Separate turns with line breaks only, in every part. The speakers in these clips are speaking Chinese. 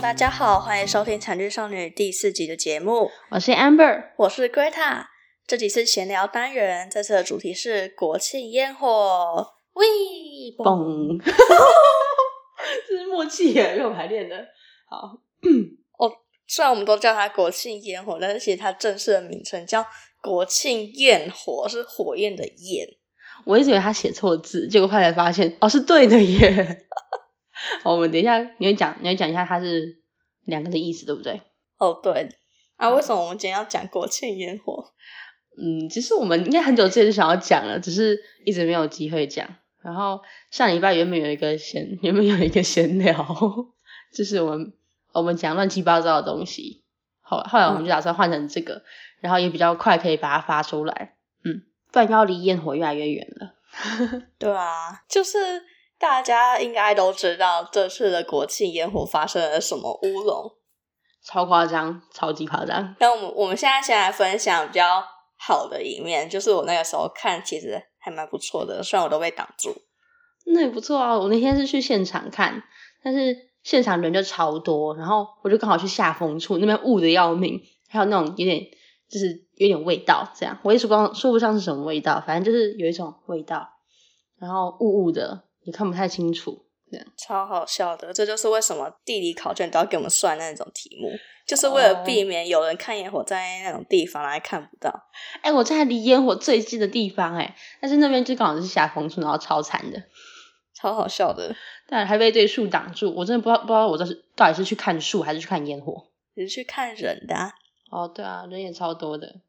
大家好，欢迎收听《残剧少女》第四集的节目，
我是 Amber，
我是 Greta。这集是闲聊单元，这次的主题是国庆烟火。喂，
嘣！ 这是默契耶，肉排练的。好，
虽然我们都叫它国庆烟火，但是其实它正式的名称叫国庆焰火，是火焰的焰。
我一直以为他写错字，结果后来发现哦是对的耶。 好，我们等一下，你会讲，你会讲一下它是两个的意思，对不对？
哦，对，啊，为什么我们今天要讲国庆烟火？
嗯，其实我们应该很久之前就想要讲了，只是一直没有机会讲。然后上礼拜原本有一个闲，原本有一个闲聊， 就是我们我们讲乱七八糟的东西。后后来我们就打算换成这个，然后也比较快可以把它发出来。嗯，不然要离焰火越来越远了。
对啊，就是大家应该都知道这次的国庆烟火发生了什么乌龙。
超夸张，超级夸张。
但我们我们现在先来分享比较好的一面，就是我那个时候看其实还蛮不错的，虽然我都被挡住。
那也不错啊。我那天是去现场看，但是现场人就超多，然后我就刚好去下风处那边雾的要命，还有那种有点就是有点味道，这样我也说不上说不上是什么味道，反正就是有一种味道，然后雾雾的也看不太清楚。
超好笑的，这就是为什么地理考卷都要给我们算那种题目，就是为了
哦
避免有人看烟火在那种地方来看不到。
哎、我在离烟火最近的地方哎、但是那边就刚好是下风处，然后超惨的，
超好笑的，
但还被对树挡住，我真的不知道不知道我这是到底是去看树还是去看烟火。
你是去看人的、啊，
哦，对啊，人也超多的。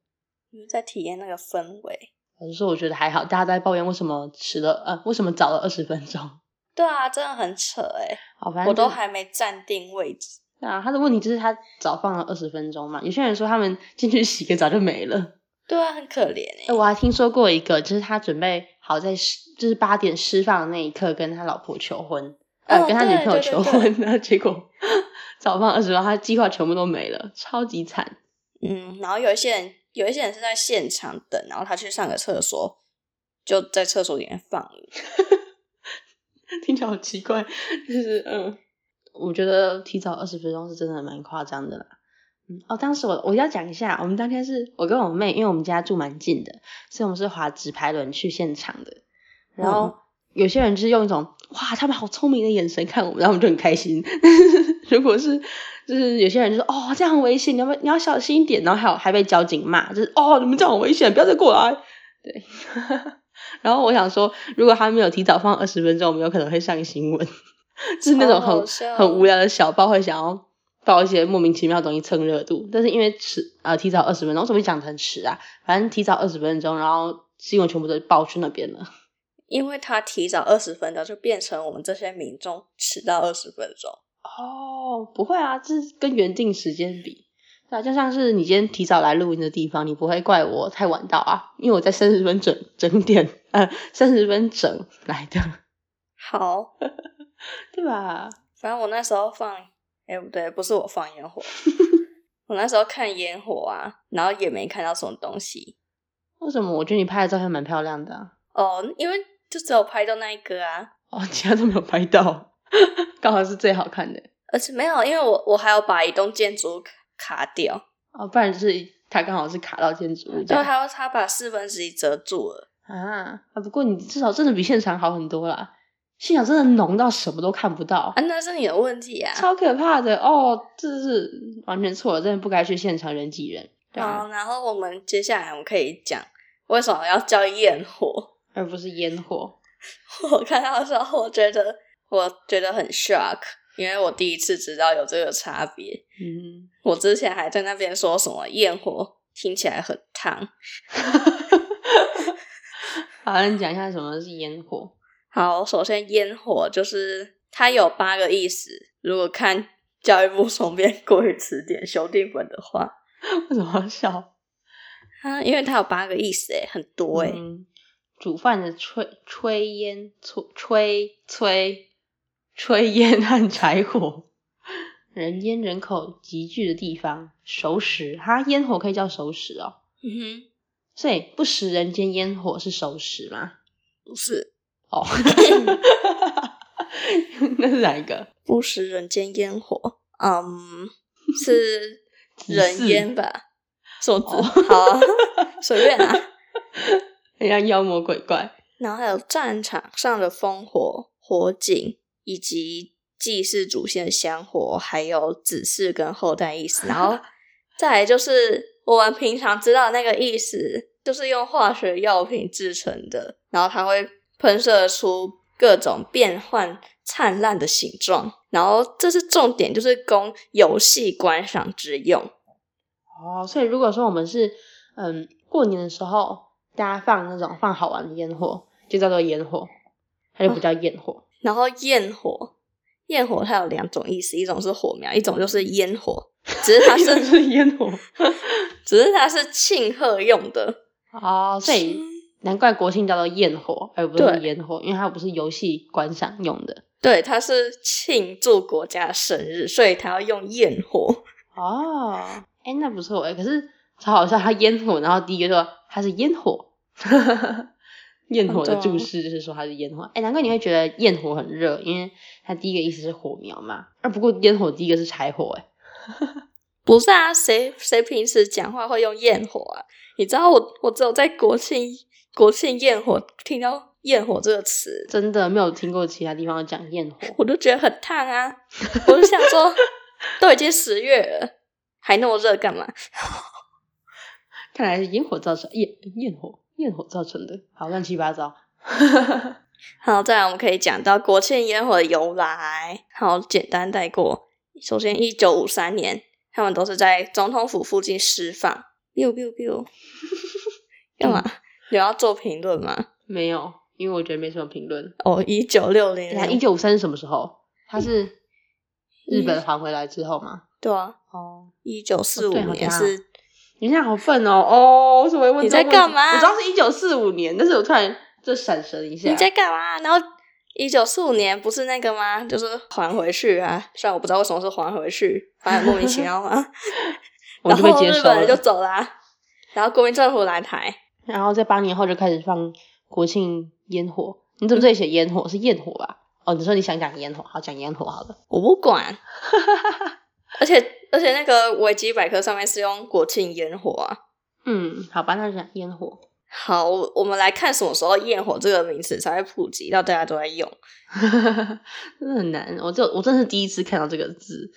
你是在体验那个氛围。
老实说，我觉得还好，大家都在抱怨为什么迟了，呃，为什么早了二十分钟。
对啊，真的很扯哎、
好，反正
我都
就
还没站定位置。
对啊。他的问题就是他早放了二十分钟嘛，有些人说他们进去洗个澡就没了。
对啊，很可怜哎、
哎，我还听说过一个，就是他准备好在释就是八点释放的那一刻跟他老婆求婚，
哦
呃，跟他女
对
朋友
对
求
对
婚，然后结果 早放二十分钟，他计划全部都没了，超级惨。
嗯，然后有一些人，有一些人是在现场等，然后他去上个厕所，就在厕所里面放了。
听起来好奇怪，就是嗯，我觉得提早二十分钟是真的蛮夸张的啦。嗯，哦，当时我我要讲一下，我们当天是我跟我妹，因为我们家住蛮近的，所以我们是滑直排轮去现场的。然后、
嗯
有些人就是用一种哇，他们好聪明的眼神看我们，然后我们就很开心。 但是如果是就是有些人就说哦，这样很危险，你要不要你要小心一点，然后还有还被交警骂，就是哦，你们这样很危险，不要再过来。对，然后我想说，如果他没有提早放二十分钟，我们有可能会上新闻， 就是那种
超好
很
笑
很无聊的小报会想要报一些莫名其妙的东西蹭热度，但是因为迟呃提早二十分钟，我怎么会讲成迟啊？反正提早二十分钟，然后新闻全部都报去那边了。
因为他提早二十分钟，就变成我们这些民众迟到二十分钟。
哦，不会啊，这是跟原定时间比，对啊，就像是你今天提早来录音的地方，你不会怪我太晚到啊，因为我在三十分整整点，呃，三十分整来的，
好，
对吧？
反正我那时候放，哎、不对，不是我放烟火，我那时候看烟火啊，然后也没看到什么东西
为什么我觉得你拍的照片蛮漂亮的、啊？
哦，因为就只有拍到那一个啊，
哦， 其他都没有拍到，刚好是最好看的
而且没有，因为我我还要把一栋建筑卡卡掉，
哦，不然就是它刚好是卡到建筑物这
然后
样
还有他把四分之一遮住了。
啊啊。不过你至少真的比现场好很多啦，现场真的浓到什么都看不到
啊，，那是你的问题啊。
超可怕的哦！这是完全错了，真的不该去现场人挤人，对啊，
好，然后我们接下来我们可以讲为什么要叫焰火。
而不是烟火。
我看到的时候，我觉得我觉得很 shock，因为我第一次知道有这个差别。
嗯，
我之前还在那边说什么焰火听起来很烫。
好，那你讲一下什么是烟火？
好，首先烟火就是它有八个意思，如果看教育部松变国语词典修订本的话，
为什么要笑？
啊，因为它有八个意思，诶，很多欸诶。
嗯煮饭的炊炊烟、炊炊炊炊烟和柴火，人烟人口集聚的地方，熟食哈，烟火可以叫熟食哦。
嗯
所以不食人间烟火是熟食吗？
嗯哼，不 是
哦， 那是哪一个？
不食人间烟火。嗯，是
指
人
示
烟吧？什么
哦
字？好啊，随便啊。
很像妖魔鬼怪。
然后还有战场上的烽火、火警，以及祭祀祖先的香火，还有子嗣跟后代意思。然后再来就是我们平常知道那个意思，就是用化学药品制成的，然后它会喷射出各种变幻灿烂的形状。然后这是重点，就是供游戏观赏之用。
哦，所以如果说我们是嗯过年的时候，大家放那种放好玩的烟火，就叫做烟火，它就不叫焰 火。
然后焰火，焰火它有两种意思，一种是火苗，一种就是烟火。只是它
一种
是，
啊是烟火。
只是它是庆贺用的。
哦，所以难怪国庆叫做焰火，而不是
对
烟火，因为它不是游戏观赏用的。
对，它是庆祝国家的生日，所以它要用焰火。
哦，哎、那不错哎、可是超好笑，它烟火，然后第一个说它是烟火， 焰火的注释就是说它是烟火。哎、难怪你会觉得焰火很热，因为它第一个意思是火苗嘛。啊，不过烟火第一个是柴火哎、
不是啊，谁谁平时讲话会用焰火啊？你知道我我只有在国庆国庆焰火听到焰火这个词，
真的没有听过其他地方讲焰火。
我都觉得很烫啊！我就想说，都已经十月了，还那么热干嘛？
看来是烟火造成焰焰火焰火造成的，好乱七八糟。
好，再来我们可以讲到国庆烟火的由来，好简单带过。首先，一九五三年，他们都是在总统府附近释放。biu biu biu，干
嗯
嘛？有要做评论吗？
没有，因为我觉得没什么评论。
哦，一九六零
一
年，
九五三是什么时候？它是日本还回来之后吗？
对啊，
哦，
一九四五
对好
年
像
是，
你这样好笨哦！哦，我怎么会问
你
这
在
个问题
干嘛
我知道是一九四五年，但是我突然就闪神一下。
你在干嘛？然后一九四五年不是那个吗？就是还回去啊，虽然我不知道为什么是还回去，反正莫名其妙嘛。
我
然
就被
后
接
日
受
本人就
了。
走啦、然后国民政府来台。
然后在八年后就开始放国庆烟火。你怎么这里写烟火？是焰火吧？哦，你说你想讲烟火，好讲烟火好了。
我不管。 而且而且那个维基百科上面是用国庆烟火啊。
嗯，好吧，那就讲烟火。
好，我我们来看什么时候焰火这个名词才会普及到大家都在用。
真的很难，我就我真是第一次看到这个字，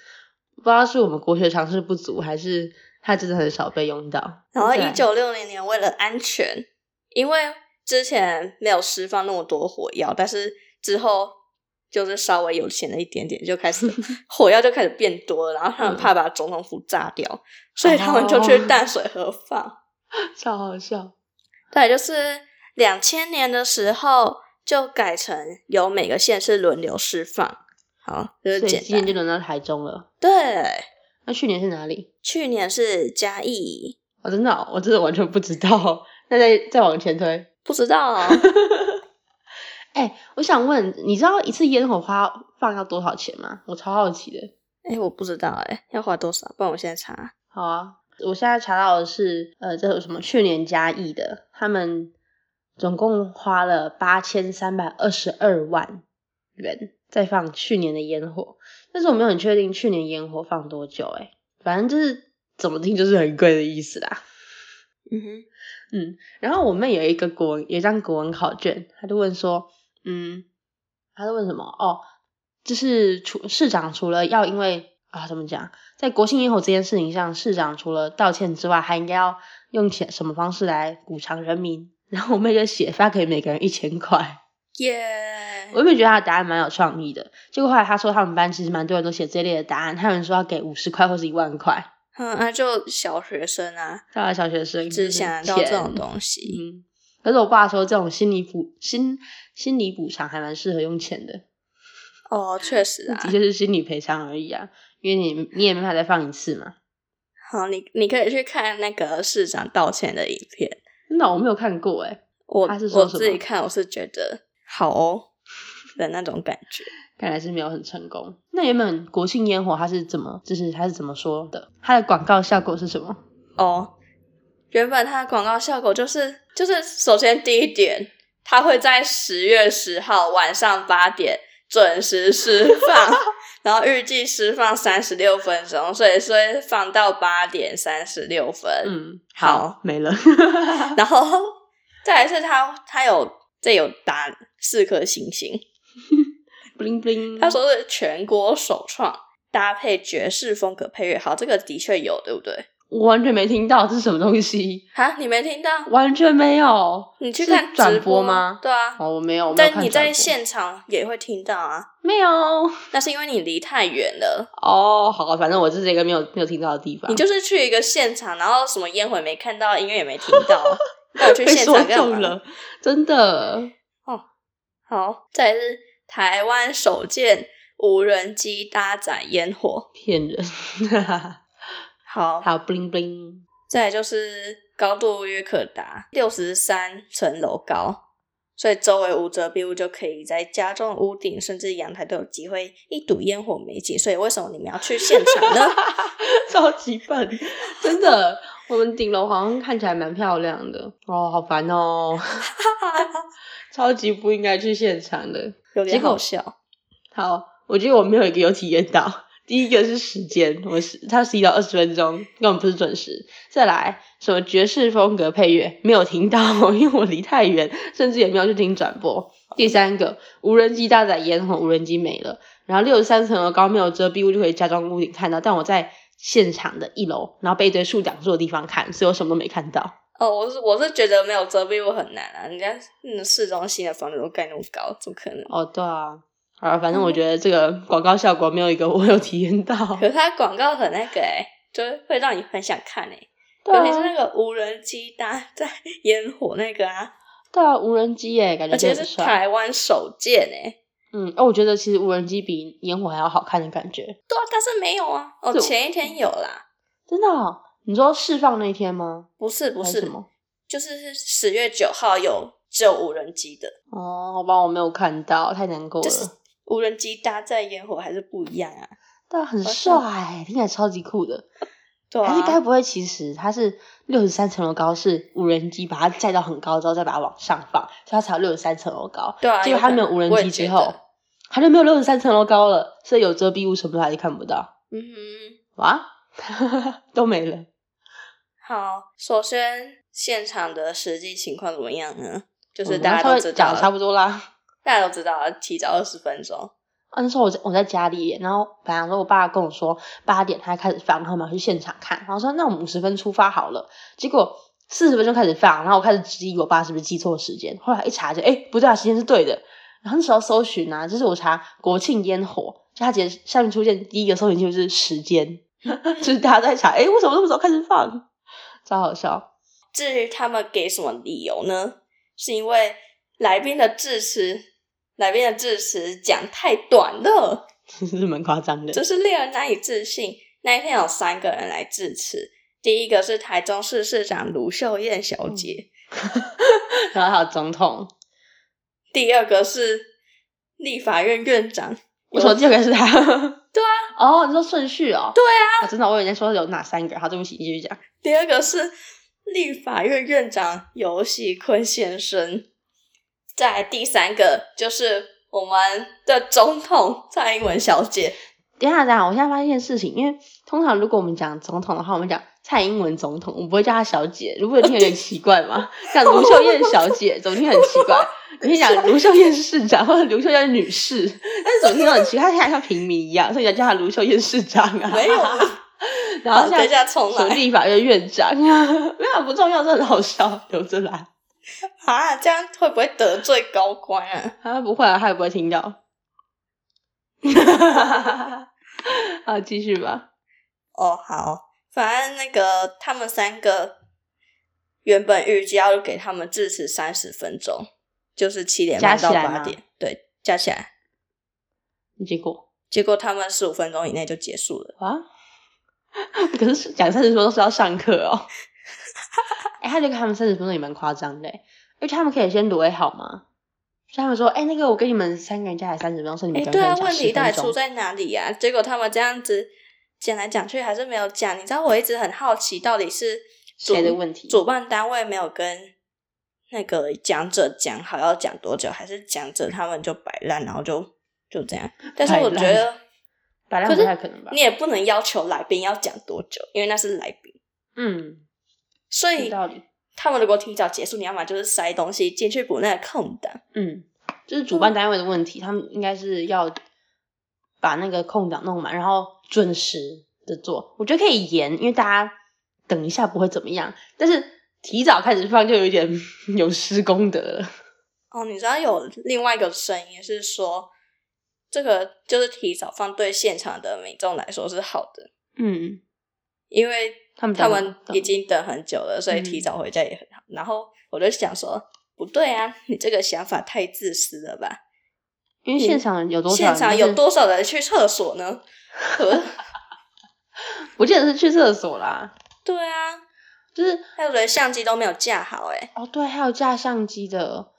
不知道是我们国学常识不足，还是它真的很少被用到。
然后
对
一九六零年为了安全，因为之前没有释放那么多火药，但是之后就是稍微有钱了一点点，就开始火药就开始变多了，然后他们怕把总统府炸掉，所以他们就去
哦
淡水河放。
超好笑，
对，就是两千年的时候就改成由每个县市轮流释放。好，就是
所以
简
今年
单。
就轮到台中了。
对，
那去年是哪里？
去年是嘉义，
我、真的哦、我真的完全不知道。那再再往前推，
不知道 哦、
哎、我想问，你知道一次烟火花放要多少钱吗？我超好奇的。
哎、我不知道哎、要花多少？不然我现在查。
好啊，我现在查到的是，呃，这有什么？去年嘉义的，他们总共花了八千三百二十二万元在放去年的烟火，但是我没有很确定去年烟火放多久、欸，反正就是怎么听就是很贵的意思啦。
嗯哼，
嗯，然后我妹有一个国文，有一张国文考卷，她就问说，嗯，她就问什么？哦，就是除市长除了要因为啊怎么讲，在国庆烟火这件事情上，市长除了道歉之外，还应该要用钱什么方式来补偿人民？ 然后我妹就写发给每个人一千块，
耶、
我妹觉得她的答案蛮有创意的。结果后来她说，他们班其实蛮多人都写这类的答案，还有人说要给五十块或是一万块，
嗯，啊，就小学生啊，
大家小学生
只想得到这种
东。
东西。
嗯，可是我爸说这种心理补心心理补偿还蛮适合用钱的，
哦，确实啊
的。确是心理赔偿而已啊，因为你你也没法再放一次嘛。
好，你你可以去看那个市长道歉的影片。
真的我没有看过哎、
我
他是说
我
什
自己
么
看，我是觉得好哦的那种感觉。
看来是没有很成功。那原本国庆烟火它是怎么，就是它是怎么说的？它的广告效果是什么？
哦，原本它的广告效果就是就是，首先第一点，它会在十月十号晚上八点准时释放， 然后预计释放三十六分钟，所以所以放到八点三十六分。
嗯，
好
好，没了。
然后再来是他他有这有打四颗星星，
bling bling，
他说是全国首创。搭配爵士风格配乐，好，这个的确有，对不对？
我完全没听到这是什么东西，
哈，你没听到？
完全没有。
你去
是
看直
转播吗？
对啊，
哦，我没有，我没有
但
看
你
转
在
播
现场也会听到啊，
没有？
那是因为你离太远了。
哦，好，反正我就是一个没有没有听到的地方。
你就是去一个现场，然后什么烟火也没看到，音乐也没听到，那我去
被
现
说
场干
中
嘛？
了，真的。
好，再来是台湾首件无人机搭载烟火。
骗人。
好，
还有 bling bling，
再来就是高度约可达六十三层楼高，所以周围无遮蔽物就可以在家中屋顶甚至阳台都有机会一睹烟火美景。所以为什么你们要去现场呢？
超级笨，真的。我们顶楼好像看起来蛮漂亮的哦，好烦哦， 超级不应该去现场的。
有点
结果
好笑。
好，我觉得我没有一个有体验到。第一个是时间，我是它十一到二十分钟，根本不是准时。再来什么爵士风格配乐没有听到，因为我离太远，甚至也没有去听转播。第三个无人机搭载烟火，无人机没了，然后六十三层楼高没有遮蔽物就可以假装屋顶看到，但我在现场的一楼，然后被一堆树挡住的地方看，所以我什么都没看到。
哦，我是我是觉得没有遮蔽物很难啊，人家嗯市中心的房子都盖那么高，怎么可能？
哦，对啊，啊，反正我觉得这个广告效果没有一个我有体验到。
可是它广告很那个哎、就是会让你很想看哎、
对
尤
啊
其是那个无人机搭在烟火那个啊，
对啊，无人机耶，感觉
而且
很
是
帅
台湾首见哎、
嗯，哦，我觉得其实无人机比烟火还要好看的感觉，
对啊，但是没有啊，哦，
这
前一天有啦，
真的哦、你说释放那一天吗？
不是不
还
是
什，么？
就是十月九号有只有无人机的，
哦，好吧，我没有看到，太难过了。
就是无人机搭载烟火还是不一样啊，
但很
好
帅
像
欸，听起来超级酷的。
对啊，
还是该不会其实它是六十三层楼高，是无人机把它载到很高之后再把它往上放，所以它才有六十三层楼高。
对啊
结果
有
它
可
没有
能
无人
我也
机之
觉
后
得，
它就没有六十三层楼高了，所以有遮蔽物什么的还是看不到。
嗯 哼。
哇，都没了。
好，首先现场的实际情况怎么样呢？就是
嗯
大
那
家都
稍微
知
讲
道
的差
了，
不多啦。
大家都知道了提早二十分钟。
啊，那时候我在我在家里耶，然后本来说我爸跟我说八点他开始放，然后我们要去现场看，然后说那我们五十分出发好了，结果四十分钟开始放，然后我开始质疑我爸是不是记错时间，后来一查就哎、诶不对啊，时间是对的，然后那时候搜寻啊，就是我查国庆烟火，就他直接下面出现第一个搜寻就是时间， 就是大家在查哎、诶为什么那么早开始放，超好笑，
至于他们给什么理由呢？是因为来宾的致辞，来宾的致辞讲太短了，
真是蛮夸张的
这，是令人难以置信。那一天有三个人来致辞，第一个是台中市市长卢秀燕小
嗯
姐，
然后还有总统，
第二个是立法院院长，
我手机有个是他，
对
啊。哦，你说顺序哦？对啊。真的，我以为你在说有哪三个。好，对不起，你继续讲。
第二个是立法院院长尤喜坤先生，再来第三个就是我们的总统蔡英文小姐，
等一下，等一下，我现在发现一件事情，因为通常如果我们讲总统的话，我们讲蔡英文总统，我们不会叫她小姐，如果听有点奇 怪嘛。像卢秀燕小姐，总听很奇怪。你先讲卢秀燕市长或者卢秀燕 女士，但是总听都很奇怪，她听起来像平民一样，所以你要叫她卢秀燕市长啊。
没有啊，
然后
好
像
等一下重
什么
来
立法院院长啊， 没有不重要，这很好笑，留着来。
啊，这样会不会得罪高官啊？
啊，不会啊，他也不会听到。啊，继续吧。
哦，好，反正那个他们三个原本预计要给他们致辞三十分钟，就是七点半
加
到
起来
八
吗
点，对，加起来，
结果
结果他们十五分钟以内就结束了。
啊，可是讲三十分钟是要上课哦。哎、他就给他们三十分钟也蛮夸张的欸，而且他们可以先罗好吗？就他们说，哎、那个我跟你们三个人加起来三十分钟，所以你
哎、
们
对啊，
每个
问
人
题到底
讲10分
出
钟。
在哪里呀、结果他们这样子讲来讲去还是没有讲。你知道我一直很好奇，到底是主
谁的问题
主办单位没有跟那个讲者讲好要讲多久，还是讲者他们就摆烂，然后就就这样。但是我觉得
摆烂不太可能吧
你？也不能要求来宾要讲多久，因为那是来宾，
嗯，
所
有
以
道理。
他们如果提早结束，你要么就是塞东西进去补那个空档。
嗯，就是主办单位的问题，他们应该是要把那个空档弄满，然后准时的做。我觉得可以延，因为大家等一下不会怎么样，但是提早开始放就有一点 有失公德了。
哦，你知道有另外一个声音是说，这个就是提早放对现场的民众来说是好的，
嗯，
因为
他们
他
等
们
等
已经等很久了，所以
嗯
提早回家也很好。然后我就想说，不对啊，你这个想法太自私了吧？
因为现场有多少人
现场
就是
有多少人去厕所呢？
我记得是去厕所啦，
对啊，
就是
还有人相机都没有架好、欸，哎，
哦对，还有架相机的，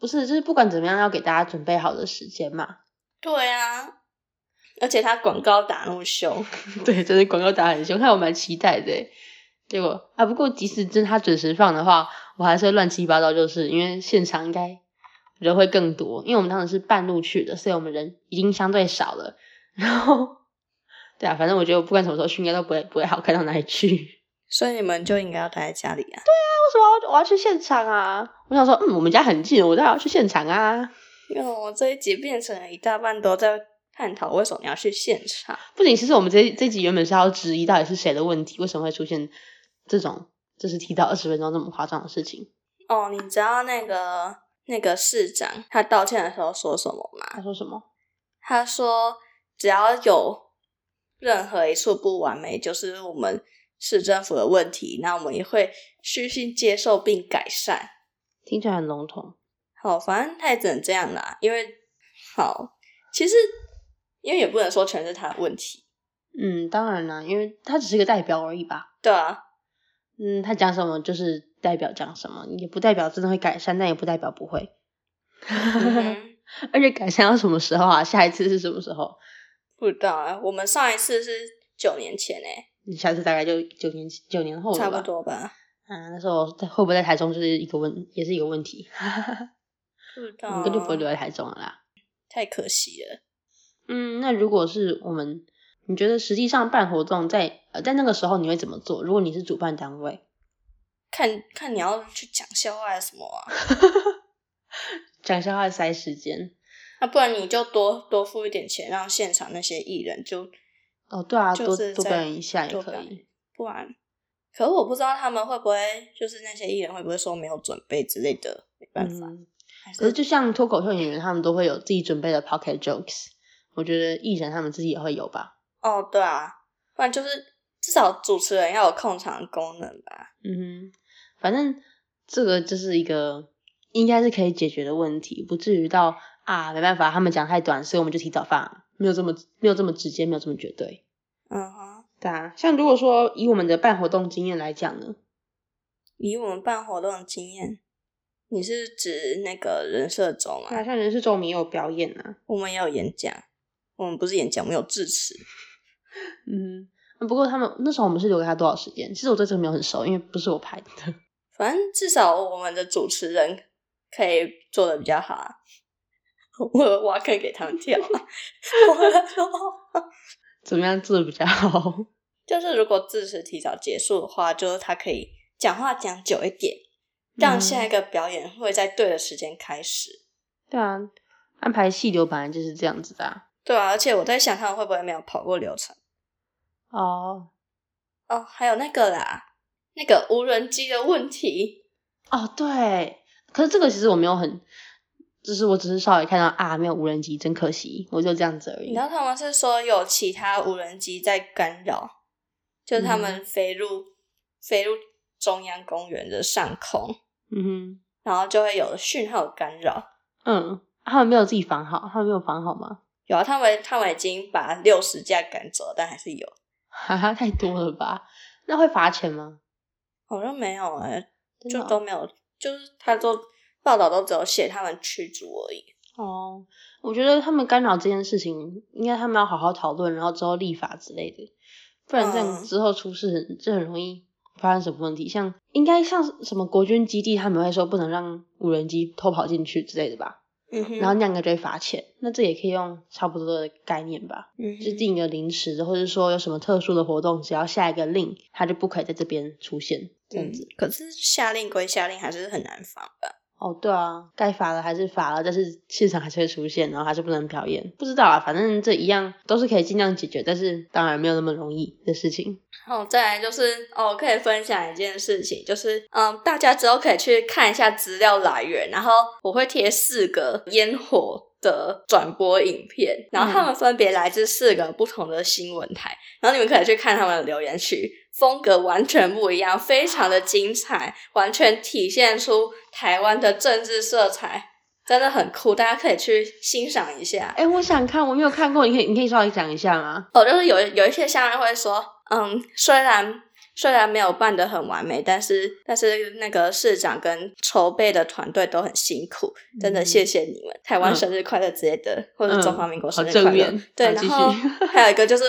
不是就是不管怎么样要给大家准备好的时间嘛。
对啊，而且他广告打那么凶，
对，真的广告打得很凶，害我蛮期待的欸。结果啊，不过即使真他准时放的话，我还是会乱七八糟，就是因为现场应该人会更多，因为我们当时是半路去的，所以我们人已经相对少了。然后，对啊，反正我觉得我不管什么时候去，应该都不会不会好看到哪里去。 为
所以你们就应该要待在家里啊。
什么我要我要去现场啊？我想说，嗯，我们家很近，我当然要去现场啊。
因为我这一集变成了一大半都在探讨为什么你要去现场。
不仅其实我们这这集原本是要质疑到底是谁的问题，为什么会出现这种就是提到二十分钟这么夸张的事情。
哦，你知道那个那个市长他道歉的时候说什么吗？
他说什么？
他说只要有任何一处不完美，就是我们市政府的问题，那我们也会虚心接受并改善。
听起来很笼统。
好，反正他也只能这样啦，因为好，其实因为也不能说全是他的问题，
嗯，当然啦，因为他只是一个代表而已吧。
对啊，
嗯，他讲什么就是代表讲什么，也不代表真的会改善，但也不代表不 会。
嗯哼
而且改善到什么时候啊？下一次是什么时候？
不知道啊，我们上一次是九年前欸诶、
你下次大概就九年九年后了吧
差不。多吧。
嗯，那时候在会不会在台中就是一个问，也是一个问题。
不知道
我们根本就不会
啊
留在台中了啦。
太可惜了。
嗯，那如果是我们，你觉得实际上办活动在呃在那个时候你会怎么做？如果你是主办单位，
看看你要去讲笑话还是什么啊？
讲笑话塞时间。
那、不然你就多多付一点钱，让现场那些艺人就
哦，对啊，
就
多
是
多
在
表演一下也
多
可
表
以。
不然。可我不知道他们会不会，就是那些艺人会不会说没有准备之类的，没办法。
嗯，
还
可是
是
就像脱口秀演员，他们都会有自己准备的 pocket jokes，我觉得艺人他们自己也会有吧。
哦，对啊，不然就是至少主持人要有控场功能吧。
嗯哼，反正这个就是一个应该是可以解决的问题，不至于到啊没办法，他们讲太短，所以我们就提早放，没有这么没有这么直接，没有这么绝对。
嗯哼，
对啊，像如果说以我们的办活动经验来讲呢，
以我们办活动的经验，你是指那个人设中吗？
对啊，像人事周明也有表演啊，
我们也有演讲，我们不是演讲，我们有致辞。
嗯哼，不过他们那时候我们是留给他多少时间？其实我对这个没有很熟，因为不是我排的。
反正至少我们的主持人可以做的比较好啊。 我挖坑给他们跳啊、我在说
怎么样做的比较好？
就是如果致辞提早结束的话，就是他可以讲话讲久一点，让下一个表演会在对的时间开始。
对啊，安排细流本来就是这样子的、啊。
对啊，而且我在想他们会不会没有跑过流程
哦
哦？还有那个啦，那个无人机的问题，
哦，对，可是这个其实我没有很，就是我只是稍微看到啊，没有无人机，真可惜，我就这样子而
你
已
知。道他们是说有其他无人机在干扰，就是他们飞入、飞入中央公园的上空，
嗯
然后就会有讯号干扰。
哼，嗯，啊他们没有自己防好，他们没有防好吗？
有啊，他们他们已经把六十架赶走，但还是有，
哈哈，太多了吧？那会罚钱吗？
好像没有哎、
真的
就
哦
都没有，就是他都报道都只有写他们驱逐而已。
哦，我觉得他们干扰这件事情，应该他们要好好讨论，然后之后立法之类的，不然这样
嗯
之后出事很这很容易发生什么问题。像应该像什么国军基地，他们会说不能让无人机偷跑进去之类的吧？
嗯哼，
然后那样就会罚钱。那这也可以用差不多的概念吧，
嗯
就是
哼
定一个临时的，或者说有什么特殊的活动，只要下一个令，他就不可以在这边出现这样子。
嗯可是下令归下令，还是很难防吧？
哦，对啊，该罚了还是罚了，但是现场还是会出现，然后还是不能表演。不知道啊，反正这一样都是可以尽量解决，但是当然没有那么容易的事情。
然后再来就是，哦，可以分享一件事情，就是，嗯，大家之后可以去看一下资料来源，然后我会贴四个烟火的转播影片，然后他们分别来自四个不同的新闻台，然后你们可以去看他们的留言区，风格完全不一样，非常的精彩，完全体现出台湾的政治色彩，真的很酷，大家可以去欣赏一下。
哎，我想看，我没有看过，你可以你可以稍微讲一下吗？
哦，就是有有一些下面会说，嗯，虽然虽然没有办得很完美，但是但是那个市长跟筹备的团队都很辛苦，真的谢谢你们，台湾生日快乐之类的，或者中华民国生日
嗯好
快乐。
正面
对，
好
然
继
后
续
还有一个就是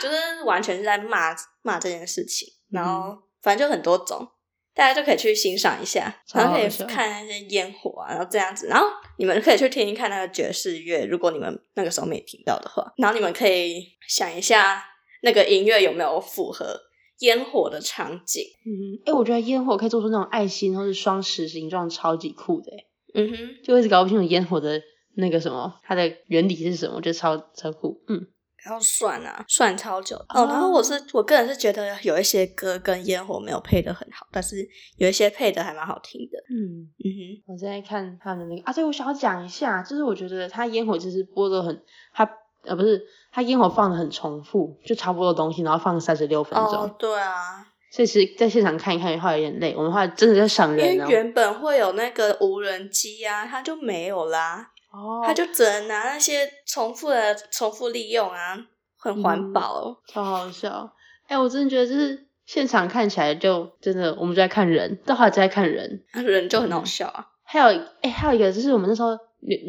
就是完全是在骂骂这件事情，
嗯
然后反正就很多种。大家就可以去欣赏一下，
超
然后可以
好笑
看那些烟火啊，然后这样子，然后你们可以去听一看那个爵士乐，如果你们那个时候没听到的话，然后你们可以想一下那个音乐有没有符合烟火的场景。
嗯，哎，我觉得烟火可以做出那种爱心或是双十形状，超级酷的诶。
嗯哼，
就一直搞不清楚烟火的那个什么，它的原理是什么，我觉得超超酷。嗯，
然后算啊，算超久的哦。
哦
然后我是我个人是觉得有一些歌跟烟火没有配的很好，但是有一些配的还蛮好听的。
嗯，
嗯
我在看他的那个啊，对，我想要讲一下，就是我觉得他烟火其实播的很，他呃不是他烟火放的很重复，就差不多的东西，然后放三十六分
哼，
钟，
哦，对啊，
所以其实在现场看一看的话有点累，我们话真的在赏
因
人
为
哦，
原本会有那个无人机啊，它就没有啦，
哦，
它就只能拿那些重复的重复利用啊，很
嗯
环保。
超好笑，哎、我真的觉得就是现场看起来就真的我们就在看人，到后来就在看人，
人就很
嗯
好笑啊。
还有哎、还有一个就是我们那时候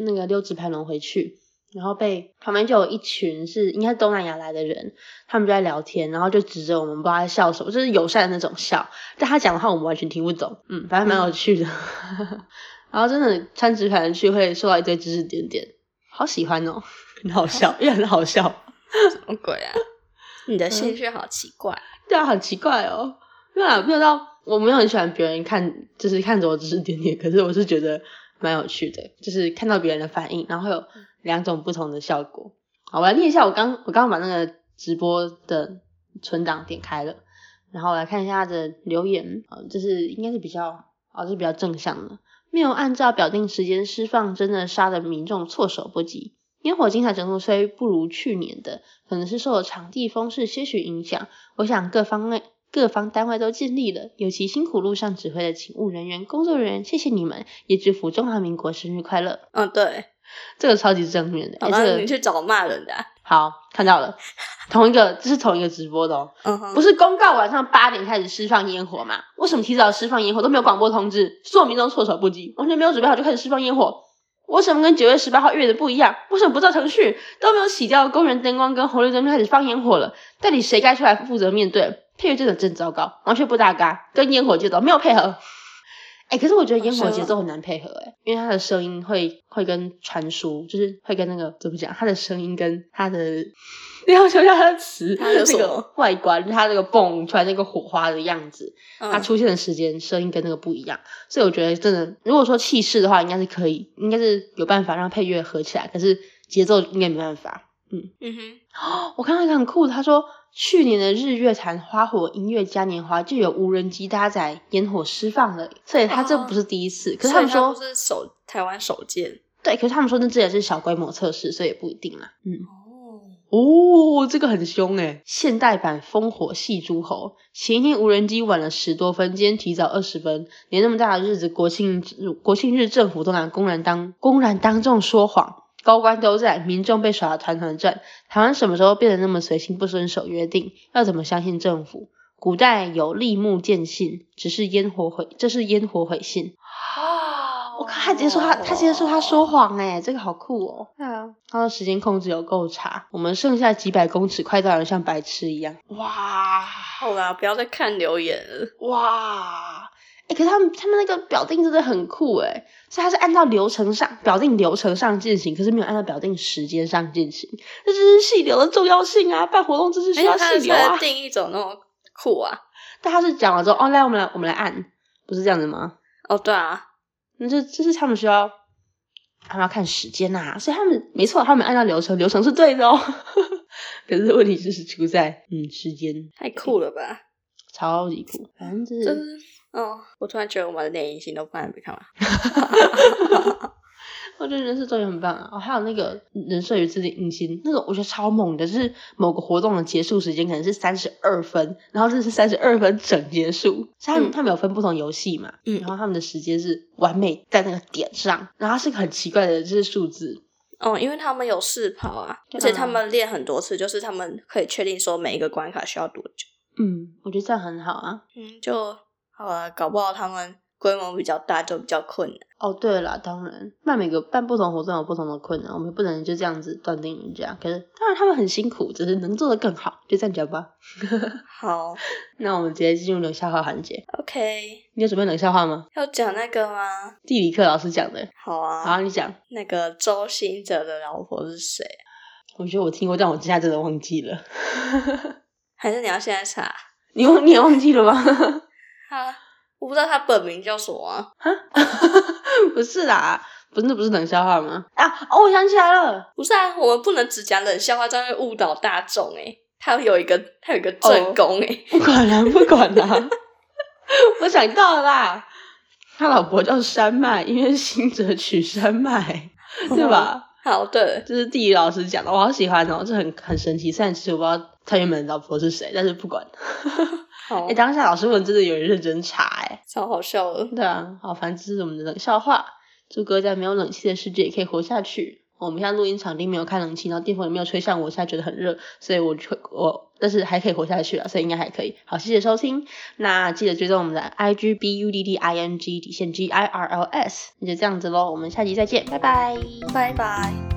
那个溜直排轮回去，然后被旁边就有一群是应该是东南亚来的人，他们就在聊天，然后就指着我们不知道在笑什么，就是友善的那种笑，但他讲的话我们完全听不懂，嗯，反正蛮有趣的。 然后真的穿直排轮去会受到一堆知识点点，好喜欢哦，很好笑，也很好笑。
什么鬼啊？
嗯
你的兴趣好奇怪。
对啊，很奇怪哦。对啊，没有到我没有很喜欢别人看，就是看着我指指点点，可是我是觉得蛮有趣的，就是看到别人的反应，然后有两种不同的效果。好，我来念一下，我刚我刚刚把那个直播的存档点开了，然后我来看一下他的留言，呃，这是应该是比较哦，这是比较正向的，没有按照表定时间释放，真的杀的民众措手不及。烟火精彩程度虽不如去年的，可能是受场地风势些许影响，我想各方位、各方单位都尽力了，尤其辛苦路上指挥的警务人员、工作人员，谢谢你们，也祝福中华民国生日快乐。
嗯，对。
这个超级正面的，
好
哎、
吧，
这
你
个
去找骂人的啊、
好看到了，同一个这是同一个直播的哦，
嗯哼，
不是公告晚上八点开始释放烟火嘛？为什么提早释放烟火都没有广播通知，所有民众措手不及，完全没有准备好就开始释放烟火？为什么跟九月十八号预的不一样？为什么不照程序都没有洗掉公园灯光跟红绿灯就开始放烟火了？到底谁该出来负责面对？配乐真的真糟糕，完全不搭嘎，跟烟火节奏没有配合。哎、可是我觉得烟火节奏很难配合哎、因为它的声音会会跟传输，就是会跟那个怎么讲，它的声音跟它的，你 要求一下它的词，
它有什
那
么
个外观，就是它那个蹦出来那个火花的样子，它
嗯，
出现的时间、声音跟那个不一样，所以我觉得真的，如果说气势的话，应该是可以，应该是有办法让配乐合起来，可是节奏应该没办法。
嗯哼，
我看到一个很酷的，他说去年的日月潭花火音乐嘉年华就有无人机搭载烟火释放了，所以他这
哦
不是第一次。可是他们
所以它
说
不是首台湾首见
对，可是他们说那这也是小规模测试，所以也不一定啦。嗯，
哦，
哦，这个很凶诶现代版烽火戏诸侯，前一天无人机晚了十多分，今天提早二十分，连那么大的日子，国庆日国庆日政府都敢公然当公然当众说谎。高官都在，民众被耍得团团转。台湾什么时候变得那么随性，不遵守约定？要怎么相信政府？古代有立木见信，只是烟火毁，这是烟火毁信。
哦
我靠，他直接说他，他直接说他说谎哎、这个好酷哦。对啊，他说时间控制有够差，我们剩下几百公尺，快到人像白痴一样。哇
好啦，不要再看留言了。
哇，哎、可是他们他们那个表定真的很酷哎、所以它是按照流程上表定流程上进行，可是没有按照表定时间上进行，这就是细流的重要性啊！办活动就是需
而且
要
哎他
细
的
流啊
设。定一种那种酷啊，
但他是讲了之后，哦，来我们来我们来按，不是这样子吗？
哦对啊，
那这这是他们需要，他们要看时间呐、所以他们没错，他们按照流程，流程是对的哦。 可是问题就是出在嗯时间
太酷了吧！
超级酷，反正就是
就是，
嗯
哦，我突然觉得我们的连影星都不能被看完。
我觉得人事周也很棒啊！哦，还有那个人设与自己隐形，那个我觉得超猛的，是某个活动的结束时间可能是三十二分，然后这是三十二分整结束。是他们、
嗯
他们有分不同游戏嘛，
嗯
然后他们的时间是完美在那个点上，然后它是个很奇怪的就是数字，
哦，因为他们有试跑啊，
对
而
啊
且他们练很多次，就是他们可以确定说每一个关卡需要多久。
嗯，我觉得这样很好啊。
嗯，就好了，搞不好他们规模比较大就比较困难。
哦，对了，当然办每个办不同活动有不同的困难，我们不能就这样子断定人家。可是当然他们很辛苦，只是能做得更好，就这样讲吧。
好
那我们直接进入冷笑话环节，
，OK，
你有准备冷笑话吗？
要讲那个吗？
地理课老师讲的。
好啊，
好，你讲。
那个周星哲的老婆是谁？
我觉得我听过，但我现在真的忘记了。
还是你要现在查？
你忘你也忘记了吗？
他我不知道他本名叫什么啊、
不是啦，不是那不是冷笑话吗？啊，哦，我想起来了，
不是啊，我们不能只讲冷笑话，这样会误导大众诶、他有一个，他有一个
哦
正宫欸诶、
不管啦，不管啦， 我想到了啦，他老婆叫山脉，因为新哲取山 脉，对吧？
好的，
这是地理老师讲的，我好喜欢哦，这很很神奇。虽然其实我不知道他原本的老婆是谁，但是不管。
好
哎、，当下老师问真的有人认真查哎、
超好笑的。
对啊，好，反正这是我们的冷笑话。祝哥在没有冷气的世界也可以活下去。我们现在录音场地没有开冷气，然后电风也没有吹向我，现在觉得很热，所以我就我但是还可以活下去啊，所以应该还可以。好，谢谢收听，那记得追踪我们的 I G B U D D I N G 底线 G I R L S，那就这样子喽，我们下期再见，拜拜。
拜拜。